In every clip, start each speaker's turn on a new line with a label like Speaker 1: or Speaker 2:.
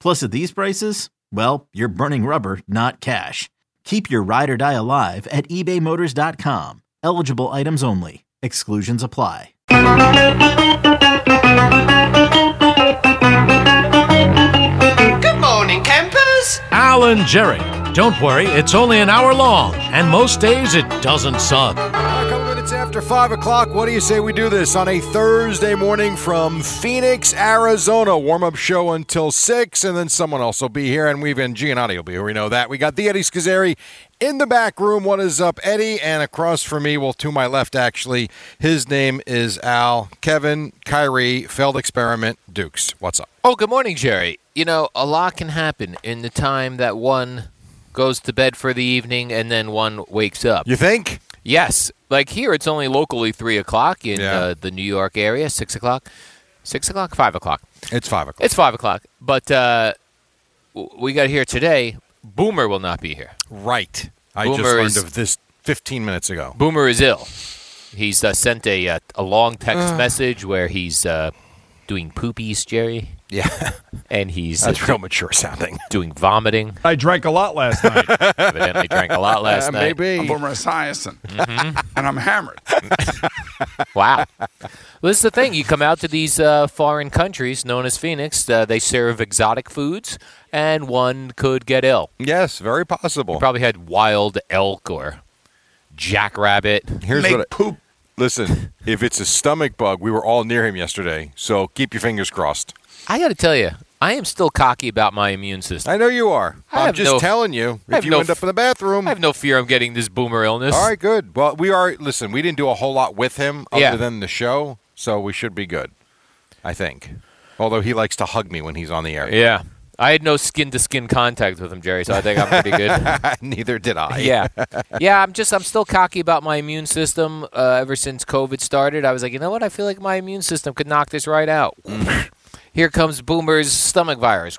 Speaker 1: Plus, at these prices, well, you're burning rubber, not cash. Keep your ride or die alive at ebaymotors.com. Eligible items only. Exclusions apply.
Speaker 2: Good morning, campers.
Speaker 3: Alan Jerry. Don't worry, it's only an hour long, and most days it doesn't suck.
Speaker 4: A couple minutes after 5 o'clock, what do you say we do this on a Thursday morning from Phoenix, Arizona? Warm up show until 6, and then someone else will be here, and we've and Giannotti will be here. We know that. We got the Eddie Scazzeri in the back room. What is up, Eddie? And across from me, well, to my left, actually, his name is Al Kevin Kyrie, failed experiment, Dukes. What's up?
Speaker 5: Oh, good morning, Jerry. You know, a lot can happen in the time that one goes to bed for the evening and then one wakes up.
Speaker 4: You think?
Speaker 5: Yes, like here, it's only locally three o'clock in
Speaker 4: Yeah.
Speaker 5: uh, the New York area. Six o'clock, six o'clock, five o'clock.
Speaker 4: It's 5 o'clock.
Speaker 5: It's five o'clock, but uh, w- we got here today. Boomer will not be here.
Speaker 4: right. I
Speaker 5: Boomer
Speaker 4: just learned
Speaker 5: is-
Speaker 4: of this 15 minutes ago.
Speaker 5: Boomer is ill. He's uh, sent a uh, a long text message where he's uh, doing poopies, Jerry,
Speaker 4: Yeah.
Speaker 5: and he's uh,
Speaker 4: That's real mature sounding.
Speaker 5: doing vomiting.
Speaker 6: I drank a lot last night.
Speaker 5: Evidently, drank a lot last night.
Speaker 4: Maybe.
Speaker 7: I'm from Rasyasin, and I'm hammered.
Speaker 5: Wow. well, this is the thing. You come out to these uh, foreign countries known as Phoenix, uh, they serve exotic foods, and one could get ill.
Speaker 4: Yes, very possible.
Speaker 5: Probably had wild elk or jackrabbit.
Speaker 4: Here's
Speaker 7: Make
Speaker 4: what I-
Speaker 7: poop.
Speaker 4: Listen, if it's a stomach bug, we were all near him yesterday, so keep your fingers crossed.
Speaker 5: I got to tell you, I am still cocky about my immune system.
Speaker 4: I know you are.
Speaker 5: I
Speaker 4: am
Speaker 5: have
Speaker 4: just
Speaker 5: no-
Speaker 4: telling you.
Speaker 5: I
Speaker 4: If
Speaker 5: have
Speaker 4: you
Speaker 5: no
Speaker 4: end
Speaker 5: f-
Speaker 4: up in the bathroom,
Speaker 5: I have no fear I'm getting this boomer illness.
Speaker 4: all right, good. Well, we are. Listen, we didn't do a whole lot with him other
Speaker 5: Yeah.
Speaker 4: than the show, so we should be good. I think. Although he likes to hug me when he's on the air.
Speaker 5: Yeah. I had no skin to skin contact with him, Jerry, so I think I'm pretty good.
Speaker 4: Neither did I.
Speaker 5: yeah. Yeah, I'm just, I'm still cocky about my immune system uh, ever since COVID started. I was like, you know what? I feel like my immune system could knock this right out.
Speaker 4: Mm.
Speaker 5: Here comes Boomer's stomach virus.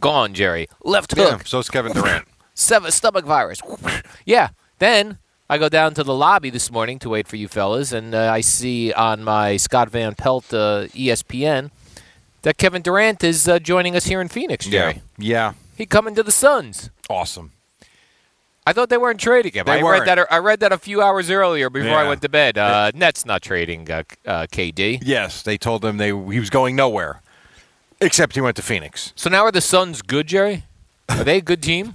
Speaker 5: Gone, Jerry. Left
Speaker 4: Yeah,
Speaker 5: hook.
Speaker 4: so it's Kevin Durant.
Speaker 5: Seven, stomach virus. yeah. Then I go down to the lobby this morning to wait for you fellas, and uh, I see on my Scott Van Pelt uh, ESPN that Kevin Durant is uh, joining us here in Phoenix, Jerry.
Speaker 4: Yeah.
Speaker 5: He coming to the Suns.
Speaker 4: Awesome.
Speaker 5: I thought they weren't trading him.
Speaker 4: They
Speaker 5: I
Speaker 4: weren't.
Speaker 5: read that. er, I read that a few hours earlier before I
Speaker 4: Yeah.
Speaker 5: went to bed. Uh, Nets not trading uh, uh, KD.
Speaker 4: Yes, they told him they he was going nowhere, except he went to Phoenix.
Speaker 5: So now are the Suns good, Jerry? Are they a good team?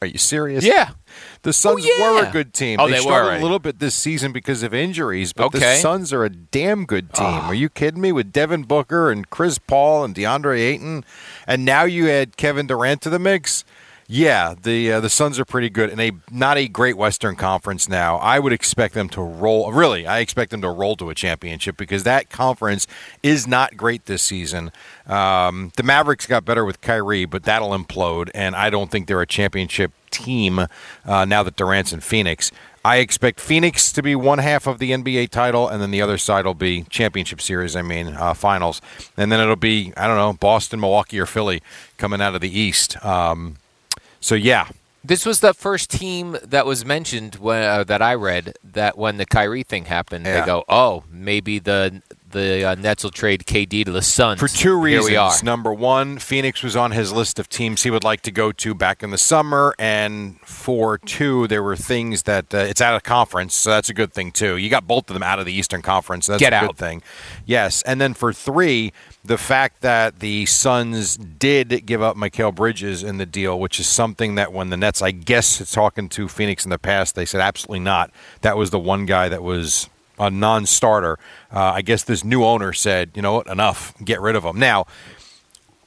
Speaker 4: Are you serious?
Speaker 5: yeah.
Speaker 4: The Suns
Speaker 5: yeah.
Speaker 4: were a good team.
Speaker 5: Oh, they were
Speaker 4: struggled
Speaker 5: already.
Speaker 4: a little bit this season because of injuries, but the
Speaker 5: Okay. Ah.
Speaker 4: Suns are a damn good team. Are you kidding me? With Devin Booker and Chris Paul and DeAndre Ayton, and now you add Kevin Durant to the mix. Yeah, the uh, the Suns are pretty good, and a not a great Western Conference now. I would expect them to roll. Really, I expect them to roll to a championship because that conference is not great this season. Um, the Mavericks got better with Kyrie, but that'll implode, and I don't think they're a championship team uh, now that Durant's in Phoenix. I expect Phoenix to be one half of the NBA title, and then the other side will be championship series. I mean, uh, finals, and then it'll be I don't know Boston, Milwaukee, or Philly coming out of the East. Um, so yeah,
Speaker 5: This was the first team that was mentioned when, uh, that I read that when the Kyrie thing happened,
Speaker 4: Yeah.
Speaker 5: they go, "Oh, maybe the the uh, Nets will trade KD to the Suns
Speaker 4: For two
Speaker 5: Here
Speaker 4: reasons.
Speaker 5: we are.
Speaker 4: Number one, Phoenix was on his list of teams he would like to go to back in the summer, and for two, there were things that uh, it's out of conference, so that's a good thing too. You got both of them out of the Eastern Conference, so that's
Speaker 5: Get
Speaker 4: a good
Speaker 5: out.
Speaker 4: thing. Yes, and then for three, the fact that the Suns did give up Mikhail Bridges in the deal, which is something that when the Nets, I guess, talking to Phoenix in the past, they said absolutely not. That was the one guy that was a non-starter. Uh, I guess this new owner said, you know what, enough, get rid of him. Now,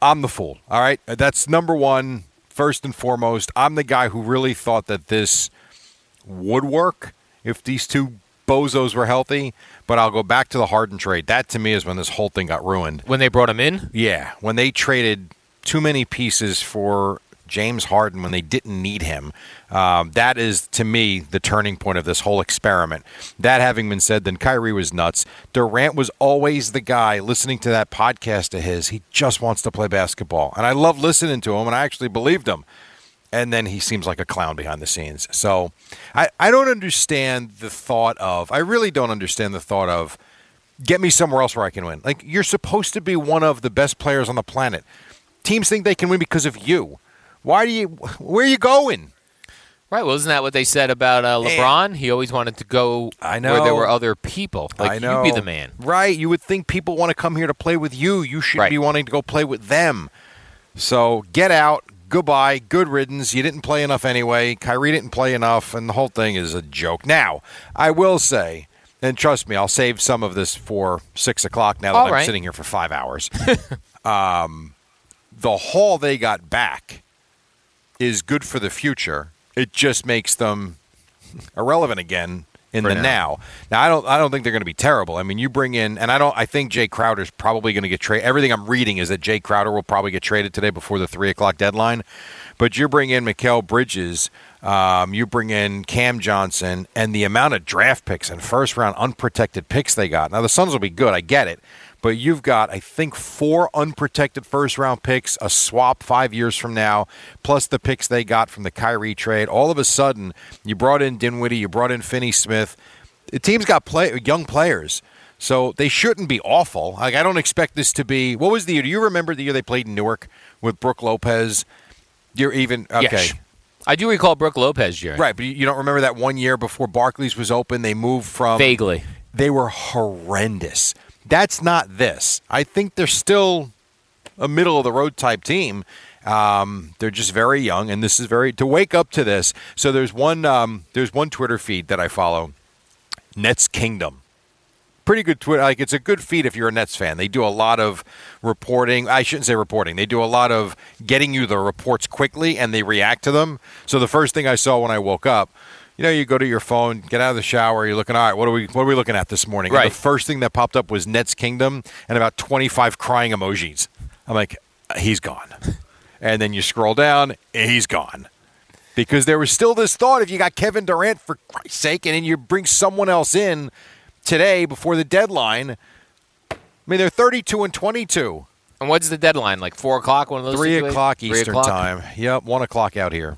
Speaker 4: I'm the fool. All right, that's number one, first and foremost. I'm the guy who really thought that this would work if these two bozos were healthy. But I'll go back to the Harden trade. That to me is when this whole thing got ruined.
Speaker 5: when they brought him in,
Speaker 4: Yeah, when they traded too many pieces for James Harden when they didn't need him, um, that is to me the turning point of this whole experiment. That having been said, then Kyrie was nuts. Durant was always the guy listening to that podcast of his. He just wants to play basketball, and I love listening to him, and I actually believed him and then he seems like a clown behind the scenes. So I, I don't understand the thought of, I really don't understand the thought of, get me somewhere else where I can win. Like, you're supposed to be one of the best players on the planet. Teams think they can win because of you. Why do you, where are you going?
Speaker 5: right? Well, isn't that what they said about uh, LeBron? He always wanted to go
Speaker 4: I
Speaker 5: where there
Speaker 4: know.
Speaker 5: were other people. Like
Speaker 4: I know.
Speaker 5: you be the man.
Speaker 4: Right. You would think people want to come here to play with you. You should
Speaker 5: Right.
Speaker 4: be wanting to go play with them. So get out. Goodbye. Good riddance. You didn't play enough anyway. Kyrie didn't play enough. And the whole thing is a joke. Now, I will say, and trust me, I'll save some of this for six o'clock now that
Speaker 5: All
Speaker 4: I'm
Speaker 5: right.
Speaker 4: sitting here for five hours. um, the haul they got back is good for the future. It just makes them irrelevant again in the now. now. I don't I don't think they're going to be terrible. I mean, you bring in and I don't I think Jay Crowder's probably going to get traded. Everything I'm reading is that Jay Crowder will probably get traded today before the three o'clock deadline. But you bring in Mikael Bridges, um, you bring in Cam Johnson, and the amount of draft picks and first round unprotected picks they got. Now the Suns will be good, I get it. But you've got, I think, four unprotected first round picks, a swap five years from now, plus the picks they got from the Kyrie trade. All of a sudden, you brought in Dinwiddie, you brought in Finney Smith. The team's got play, young players, so they shouldn't be awful. Like, I don't expect this to be. What was the year? Do you remember the year they played in Newark with Brooke Lopez? You're even. Okay.
Speaker 5: Yes. I do recall Brooke Lopez, Jerry.
Speaker 4: Right, but you- you don't remember that one year before Barclays was open, they moved from
Speaker 5: Vaguely.
Speaker 4: they were horrendous. That's not this. I think they're still a middle of the road type team. Um, they're just very young, and this is very to wake up to this. So there's one um, there's one Twitter feed that I follow, Nets Kingdom. Pretty good Twitter. Like it's a good feed if you're a Nets fan. They do a lot of reporting. I shouldn't say reporting. They do a lot of getting you the reports quickly, and they react to them. So the first thing I saw when I woke up. You know, you go to your phone, get out of the shower. You're looking. All right, what are we? What are we looking at this morning? And
Speaker 5: Right.
Speaker 4: the first thing that popped up was Nets Kingdom and about 25 crying emojis. I'm like, he's gone. And then you scroll down, he's gone. Because there was still this thought if you got Kevin Durant for Christ's sake, and then you bring someone else in today before the deadline. I mean, they're 32 and 22.
Speaker 5: And what's the deadline? Like four o'clock? One of those.
Speaker 4: Three
Speaker 5: situations?
Speaker 4: o'clock
Speaker 5: Three
Speaker 4: Eastern
Speaker 5: o'clock?
Speaker 4: time. Yep, one o'clock out here.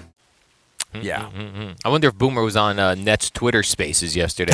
Speaker 4: Yeah.
Speaker 5: I wonder if Boomer was on uh, Nets Twitter Spaces yesterday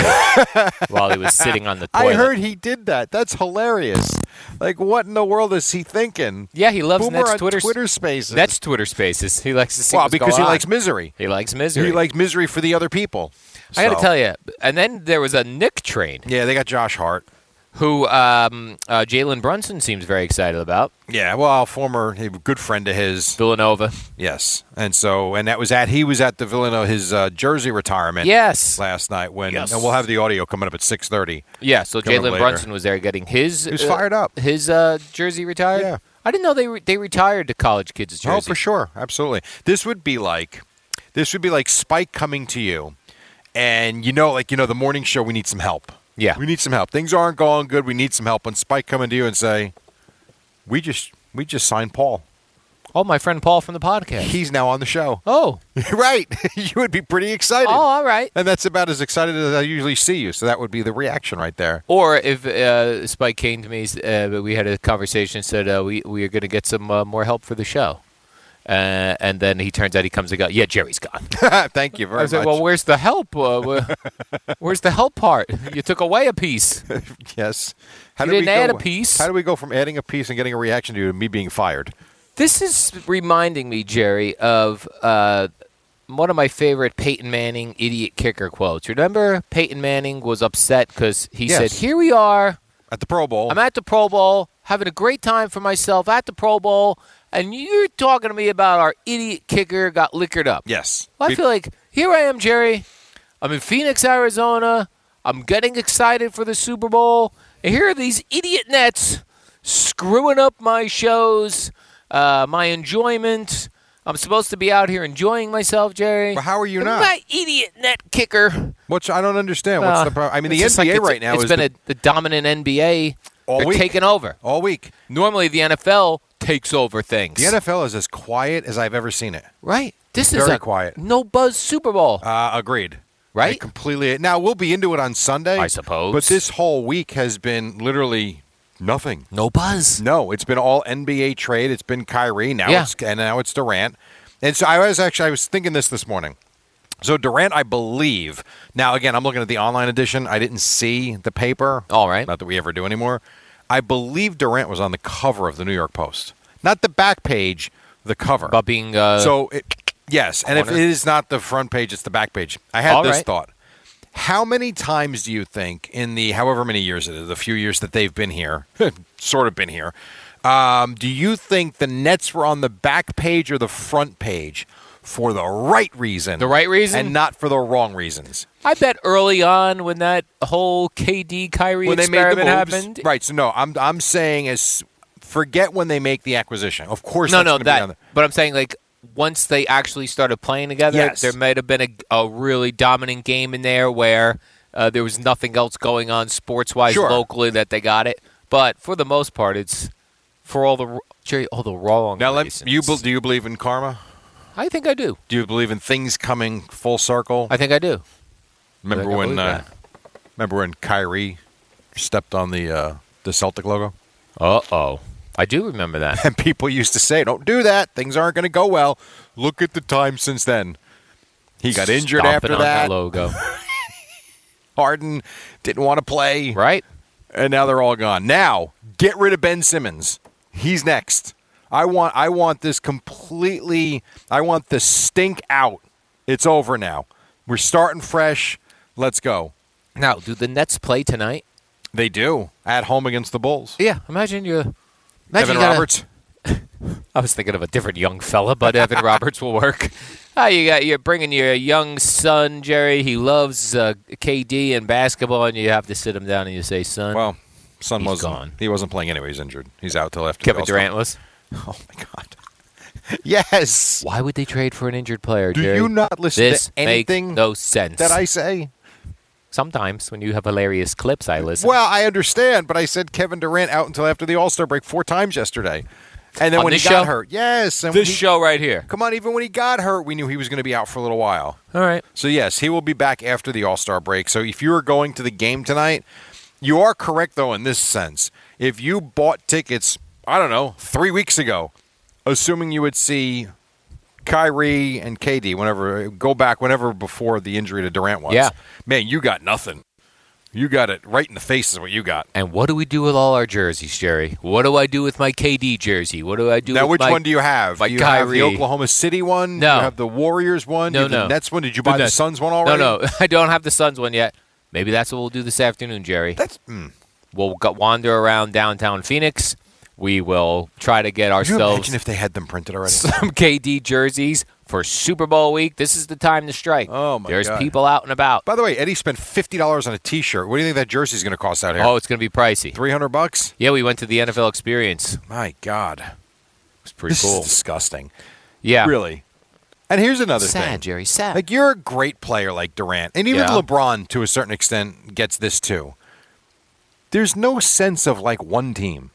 Speaker 5: while he was sitting on the toilet.
Speaker 4: I heard he did that. That's hilarious. Like, what in the world is he thinking?
Speaker 5: Yeah, he loves
Speaker 4: Boomer
Speaker 5: Nets
Speaker 4: on
Speaker 5: Twitter,
Speaker 4: Twitter Spaces.
Speaker 5: Nets Twitter Spaces. He likes to see.
Speaker 4: well,
Speaker 5: what's
Speaker 4: because he
Speaker 5: going on.
Speaker 4: likes misery.
Speaker 5: He likes misery.
Speaker 4: He likes misery for the other people.
Speaker 5: I got to
Speaker 4: So-
Speaker 5: tell you. And then there was a Nick train
Speaker 4: Yeah, they got Josh Hart.
Speaker 5: who um, uh, Jalen Brunson seems very excited about
Speaker 4: Yeah, well, former a good friend of his.
Speaker 5: Villanova.
Speaker 4: Yes, and so and that was at he was at the Villanova his uh, jersey retirement.
Speaker 5: Yes.
Speaker 4: last night when
Speaker 3: Yes.
Speaker 4: and we'll have the audio coming up at six thirty.
Speaker 5: Yeah. So
Speaker 4: Coming
Speaker 5: Jalen
Speaker 4: later.
Speaker 5: Brunson was there getting his.
Speaker 4: was fired up.
Speaker 5: His uh, jersey retired.
Speaker 4: Yeah.
Speaker 5: I didn't know they re- they retired the college kids' jersey.
Speaker 4: Oh, for sure, absolutely. This would be like, this would be like Spike coming to you, and you know, like you know, the morning show. We need some help.
Speaker 5: Yeah.
Speaker 4: we need some help. Things aren't going good. We need some help. And Spike coming to you and say, "We just, we just signed Paul.
Speaker 5: Oh, my friend Paul from the podcast.
Speaker 4: He's now on the show."
Speaker 5: Oh,
Speaker 4: right. you would be pretty excited.
Speaker 5: oh, all right.
Speaker 4: And that's about as excited as I usually see you. So that would be the reaction right there.
Speaker 5: Or if uh, Spike came to me, uh, but we had a conversation, said uh, we we are going to get some uh, more help for the show, uh, and then he turns out he comes and goes, yeah, Jerry's gone.
Speaker 4: Thank you very
Speaker 5: I said,
Speaker 4: much.
Speaker 5: well, where's the help? Uh, wh- where's the help part? You took away a piece.
Speaker 4: yes. How
Speaker 5: You
Speaker 4: did
Speaker 5: didn't add
Speaker 4: go-
Speaker 5: a piece.
Speaker 4: How do we go from adding a piece and getting a reaction to you to me being fired?
Speaker 5: This is reminding me, Jerry, of uh, one of my favorite Peyton Manning idiot kicker quotes. Remember, Peyton Manning was upset because he
Speaker 4: Yes.
Speaker 5: said, "Here we are.
Speaker 4: At the Pro Bowl.
Speaker 5: I'm at the Pro Bowl, having a great time for myself at the Pro Bowl, and you're talking to me about our idiot kicker got liquored up."
Speaker 4: yes.
Speaker 5: Well, I
Speaker 4: We-
Speaker 5: feel like here I am, Jerry. I'm in Phoenix, Arizona. I'm getting excited for the Super Bowl. And here are these idiot Nets screwing up my shows, uh, my enjoyment. I'm supposed to be out here enjoying myself, Jerry.
Speaker 4: Well, how are you
Speaker 5: And
Speaker 4: not?
Speaker 5: My idiot net kicker.
Speaker 4: Which I don't understand.
Speaker 5: Uh,
Speaker 4: What's the problem? I mean,
Speaker 5: it's
Speaker 4: the
Speaker 5: just
Speaker 4: NBA
Speaker 5: like it's-
Speaker 4: right now
Speaker 5: It's
Speaker 4: is
Speaker 5: been
Speaker 4: the-
Speaker 5: a, the dominant NBA.
Speaker 4: All
Speaker 5: They're
Speaker 4: week.
Speaker 5: taking over.
Speaker 4: all week.
Speaker 5: Normally, the NFL takes over things.
Speaker 4: The NFL is as quiet as I've ever seen it.
Speaker 5: right? This is
Speaker 4: Very
Speaker 5: a
Speaker 4: quiet.
Speaker 5: no buzz Super Bowl.
Speaker 4: Uh, agreed.
Speaker 5: Right?
Speaker 4: I completely. Now we'll be into it on Sunday,
Speaker 5: I suppose.
Speaker 4: But this whole week has been literally nothing.
Speaker 5: no buzz.
Speaker 4: No, it's been all NBA trade. It's been Kyrie now,
Speaker 5: Yeah.
Speaker 4: it's, and now it's Durant. And so I was actually I was thinking this this morning. So Durant, I believe. Now again, I'm looking at the online edition. I didn't see the paper.
Speaker 5: All right.
Speaker 4: not that we ever do anymore. I believe Durant was on the cover of the New York Post, not the back page, the cover.
Speaker 5: About being uh,
Speaker 4: So it, yes, and if it
Speaker 5: Corner.
Speaker 4: is not the front page, it's the back page. I had
Speaker 5: All
Speaker 4: this
Speaker 5: right.
Speaker 4: thought. How many times do you think in the however many years it is, the few years that they've been here, sort of been here, um, do you think the Nets were on the back page or the front page for the right reason?
Speaker 5: The right reason?
Speaker 4: and not for the wrong reasons.
Speaker 5: I bet early on when that whole KD Kyrie
Speaker 4: when they made the
Speaker 5: experiment
Speaker 4: moves,
Speaker 5: happened.
Speaker 4: right? So no, I'm I'm saying as forget when they make the acquisition. Of course,
Speaker 5: No,
Speaker 4: that's
Speaker 5: no,
Speaker 4: gonna be on
Speaker 5: that.
Speaker 4: the-
Speaker 5: But I'm saying like once they actually started playing together,
Speaker 4: Yes.
Speaker 5: there might have been a, a really dominant game in there where uh, there was nothing else going on sports wise
Speaker 4: Sure.
Speaker 5: locally that they got it. But for the most part, it's for all the r- Jerry, all the wrong.
Speaker 4: now. Let,
Speaker 5: reasons.
Speaker 4: you bel- do you believe in karma?
Speaker 5: I think I do.
Speaker 4: Do you believe in things coming full circle?
Speaker 5: I think I do.
Speaker 4: remember
Speaker 5: I
Speaker 4: when
Speaker 5: believe
Speaker 4: uh, remember when Kyrie stepped on the uh, the Celtic logo,
Speaker 5: Uh oh, I do remember that.
Speaker 4: and people used to say, "Don't do that. Things aren't going to go well." Look at the time since then. He got injured
Speaker 5: Stomping
Speaker 4: after
Speaker 5: on that
Speaker 4: that.
Speaker 5: logo,
Speaker 4: Harden didn't want to play,
Speaker 5: right?
Speaker 4: and now they're all gone. Now get rid of Ben Simmons. He's next. I want I want this completely. I want the stink out. It's over now. We're starting fresh. Let's go.
Speaker 5: Now, do the Nets play tonight?
Speaker 4: They do at home against the Bulls.
Speaker 5: Yeah, imagine you. Imagine
Speaker 4: Evan
Speaker 5: you gotta-
Speaker 4: Roberts.
Speaker 5: I was thinking of a different young fella, but Evan Roberts will work. Ah, you got you're bringing your young son Jerry. He loves uh, KD and basketball, and you have to sit him down and you say, "Son,
Speaker 4: Well, Son
Speaker 5: He's
Speaker 4: wasn't.
Speaker 5: gone.
Speaker 4: He wasn't playing anyway. He's injured. He's out till after. the
Speaker 5: Kevin
Speaker 4: All-Star.
Speaker 5: Durant was."
Speaker 4: Oh my God. yes.
Speaker 5: Why would they trade for an injured player?
Speaker 4: Do
Speaker 5: Jerry?
Speaker 4: you not listen to
Speaker 5: this
Speaker 4: anything
Speaker 5: Makes no sense.
Speaker 4: That I say.
Speaker 5: Sometimes when you have hilarious clips, I listen.
Speaker 4: Well, I understand, but I said Kevin Durant out until after the All Star break four times yesterday, and then
Speaker 5: On
Speaker 4: when he
Speaker 5: this
Speaker 4: got
Speaker 5: show?
Speaker 4: hurt, yes. And when
Speaker 5: this
Speaker 4: he-
Speaker 5: show right here.
Speaker 4: Come on, even when he got hurt, we knew he was going to be out for a little while.
Speaker 5: All right.
Speaker 4: So yes, he will be back after the All Star break. So if you are going to the game tonight, you are correct though in this sense. If you bought tickets, I don't know, three weeks ago, assuming you would see Kyrie and KD whenever go back whenever before the injury to Durant was.
Speaker 5: Yeah.
Speaker 4: man, you got nothing. You got it right in the face is what you got.
Speaker 5: And what do we do with all our jerseys, Jerry? What do I do with my KD jersey? What do I do
Speaker 4: Now,
Speaker 5: with
Speaker 4: which
Speaker 5: my
Speaker 4: one do you have?
Speaker 5: my
Speaker 4: you have the
Speaker 5: Kyrie.
Speaker 4: Oklahoma City one.
Speaker 5: No.
Speaker 4: you have the Warriors one.
Speaker 5: No,
Speaker 4: you have
Speaker 5: no.
Speaker 4: the Nets one. Did you buy the,
Speaker 5: Nets.
Speaker 4: Suns one already?
Speaker 5: No, no, I don't have the Suns one yet. Maybe that's what we'll do this afternoon, Jerry.
Speaker 4: That's mm.
Speaker 5: We'll go- wander around downtown Phoenix. We will try to
Speaker 4: Could
Speaker 5: get
Speaker 4: you
Speaker 5: ourselves
Speaker 4: imagine if they had them printed already?
Speaker 5: some KD jerseys for Super Bowl week. This is the time to strike.
Speaker 4: Oh, my
Speaker 5: There's
Speaker 4: God.
Speaker 5: people out and about.
Speaker 4: By the way, Eddie spent fifty dollars on a T-shirt. What do you think that jersey's going to cost out here?
Speaker 5: Oh, it's going to be pricey.
Speaker 4: three hundred bucks.
Speaker 5: Yeah, we went to the NFL experience.
Speaker 4: My God,
Speaker 5: It's pretty
Speaker 4: this
Speaker 5: cool.
Speaker 4: is disgusting.
Speaker 5: yeah.
Speaker 4: Really. And here's another thing.
Speaker 5: Sad, Jerry. Sad.
Speaker 4: Like you're a great player like Durant, and even
Speaker 5: Yeah.
Speaker 4: LeBron to a certain extent gets this too. There's no sense of like one team.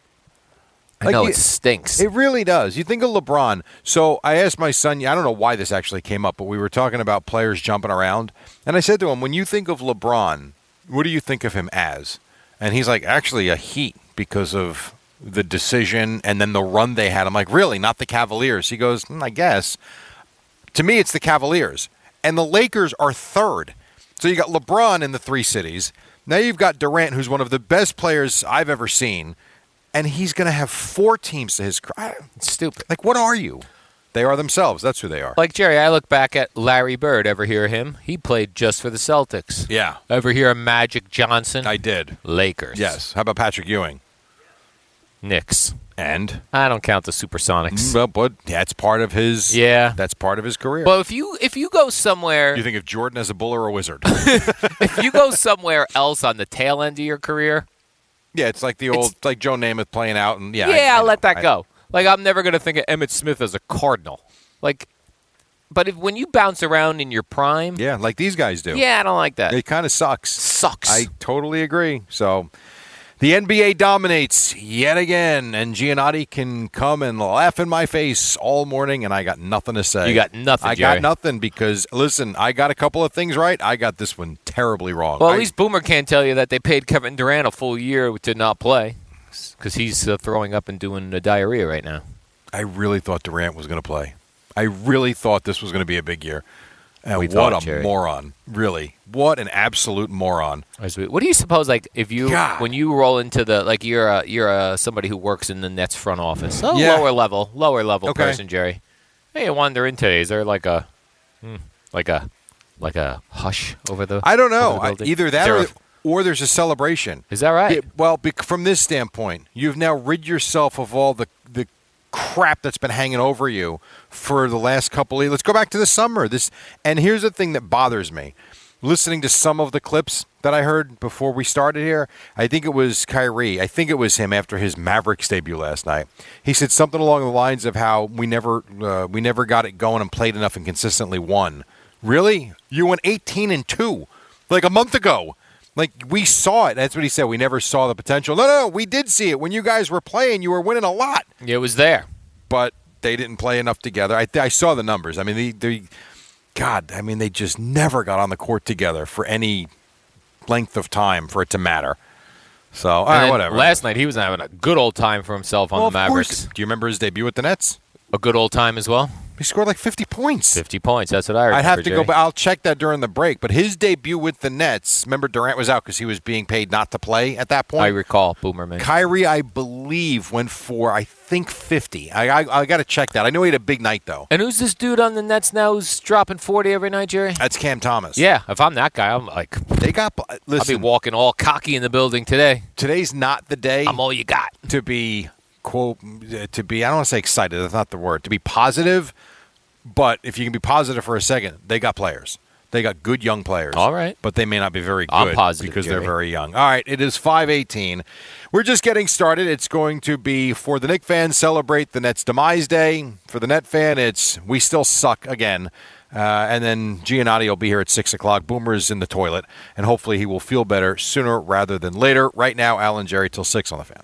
Speaker 5: I
Speaker 4: like
Speaker 5: know
Speaker 4: you-
Speaker 5: it stinks.
Speaker 4: It really does. You think of LeBron. So I asked my son, I don't know why this actually came up, but we were talking about players jumping around. And I said to him, when you think of LeBron, what do you think of him as? And he's like, actually, a Heat because of the decision and then the run they had. I'm like, really? Not the Cavaliers? He goes, "Hmm, I guess. To me, it's the Cavaliers. And the Lakers are third. So you got LeBron in the three cities. Now you've got Durant, who's one of the best players I've ever seen. And he's going to have four teams to his. cr- I-
Speaker 5: it's stupid.
Speaker 4: Like, what are you? They are themselves. That's who they are.
Speaker 5: Like Jerry, I look back at Larry Bird. Ever hear him? He played just for the Celtics.
Speaker 4: yeah,
Speaker 5: Ever hear of Magic Johnson?
Speaker 4: I did.
Speaker 5: Lakers.
Speaker 4: Yes. How about Patrick Ewing?
Speaker 5: Knicks.
Speaker 4: And
Speaker 5: I don't count the Supersonics.
Speaker 4: well, but that's part of his.
Speaker 5: Yeah.
Speaker 4: that's part of his career.
Speaker 5: But if you if you go somewhere
Speaker 4: you think of Jordan as a bull or a wizard?
Speaker 5: if you go somewhere else on the tail end of your career,
Speaker 4: yeah, it's like the old, like Joe Namath playing out, and yeah,
Speaker 5: yeah,
Speaker 4: I- I
Speaker 5: I'll let
Speaker 4: know.
Speaker 5: that
Speaker 4: I-
Speaker 5: go. Like I'm never gonna think of Emmett Smith as a Cardinal. Like, but if when you bounce around in your prime,
Speaker 4: Yeah, like these guys do.
Speaker 5: yeah, I don't like that.
Speaker 4: It kind of sucks.
Speaker 5: Sucks.
Speaker 4: I totally agree. So the NBA dominates yet again, and Giannotti can come and laugh in my face all morning, and I got nothing to say.
Speaker 5: You got nothing,
Speaker 4: I
Speaker 5: Jerry.
Speaker 4: got nothing because listen, I got a couple of things right. I got this one terribly wrong.
Speaker 5: well, at
Speaker 4: I-
Speaker 5: least Boomer can't tell you that they paid Kevin Durant a full year to not play because he's uh, throwing up and doing uh, diarrhea right now.
Speaker 4: I really thought Durant was going to play. I really thought this was going to be a big year. And
Speaker 5: We
Speaker 4: what
Speaker 5: thought,
Speaker 4: a
Speaker 5: Jerry.
Speaker 4: moron! Really, what an absolute moron!
Speaker 5: As we- What do you suppose? Like, if you
Speaker 4: God.
Speaker 5: when you roll into the like, you're a you're a somebody who works in the Nets front office, a
Speaker 4: Yeah.
Speaker 5: lower level, lower level
Speaker 4: Okay.
Speaker 5: person, Jerry. Hey, I wander in today. Is there like a hmm, like a like a hush over the?
Speaker 4: I don't
Speaker 5: over
Speaker 4: know.
Speaker 5: the
Speaker 4: I-
Speaker 5: building?
Speaker 4: either
Speaker 5: Is
Speaker 4: that
Speaker 5: there
Speaker 4: or,
Speaker 5: a-
Speaker 4: or there's a celebration.
Speaker 5: is that right?
Speaker 4: Yeah, well, bec- from this standpoint, you've now rid yourself of all the the crap that's been hanging over you for the last couple of let's go back to the summer this and here's the thing that bothers me listening to some of the clips that I heard before we started here I think it was Kyrie I think it was him after his Mavericks debut last night he said something along the lines of how we never uh, we never got it going and played enough and consistently won really you went 18 and 2 like a month ago like we saw it. That's what he said. We never saw the potential. No, no, no, we did see it when you guys were playing. You were winning a lot,
Speaker 5: it was there.
Speaker 4: but they didn't play enough together. I, I saw the numbers. I mean, they, they, God, I mean, they just never got on the court together for any length of time for it to matter. So, all
Speaker 5: And
Speaker 4: right,
Speaker 5: then
Speaker 4: whatever.
Speaker 5: Last night he was having a good old time for himself on
Speaker 4: well,
Speaker 5: the
Speaker 4: of course.
Speaker 5: Mavericks.
Speaker 4: Do you remember his debut with the Nets?
Speaker 5: A good old time as well.
Speaker 4: He scored like 50 points.
Speaker 5: Fifty points. That's what I. Remember,
Speaker 4: I'd have to go
Speaker 5: Jerry.
Speaker 4: back. I'll check that during the break. But his debut with the Nets, remember Durant was out because he was being paid not to play at that point.
Speaker 5: I recall Boomerman.
Speaker 4: Kyrie, I believe, went for I think fifty. I I, I got to check that. I know he had a big night though.
Speaker 5: and who's this dude on the Nets now who's dropping forty every night, Jerry?
Speaker 4: That's Cam Thomas.
Speaker 5: Yeah, if I'm that guy, I'm like,
Speaker 4: they got.
Speaker 5: I'll be
Speaker 4: Listen,
Speaker 5: walking all cocky in the building today.
Speaker 4: today's not the day
Speaker 5: I'm all you got.
Speaker 4: to be quote to be. I don't want to say excited. That's not the word. To be positive, but if you can be positive for a second, they got players. They got good young players.
Speaker 5: All right.
Speaker 4: but they may not be very good
Speaker 5: I'm positive,
Speaker 4: because they're
Speaker 5: Jerry.
Speaker 4: very young. All right, it is 518. We're just getting started. It's going to be for the Nick fan celebrate the Nets demise day. For the Net fan, it's we still suck again. Uh, and then Giannotti will be here at 6 o'clock. Boomer's in the toilet, and hopefully he will feel better sooner rather than later. Right now, Alan Jerry till 6 on the fan.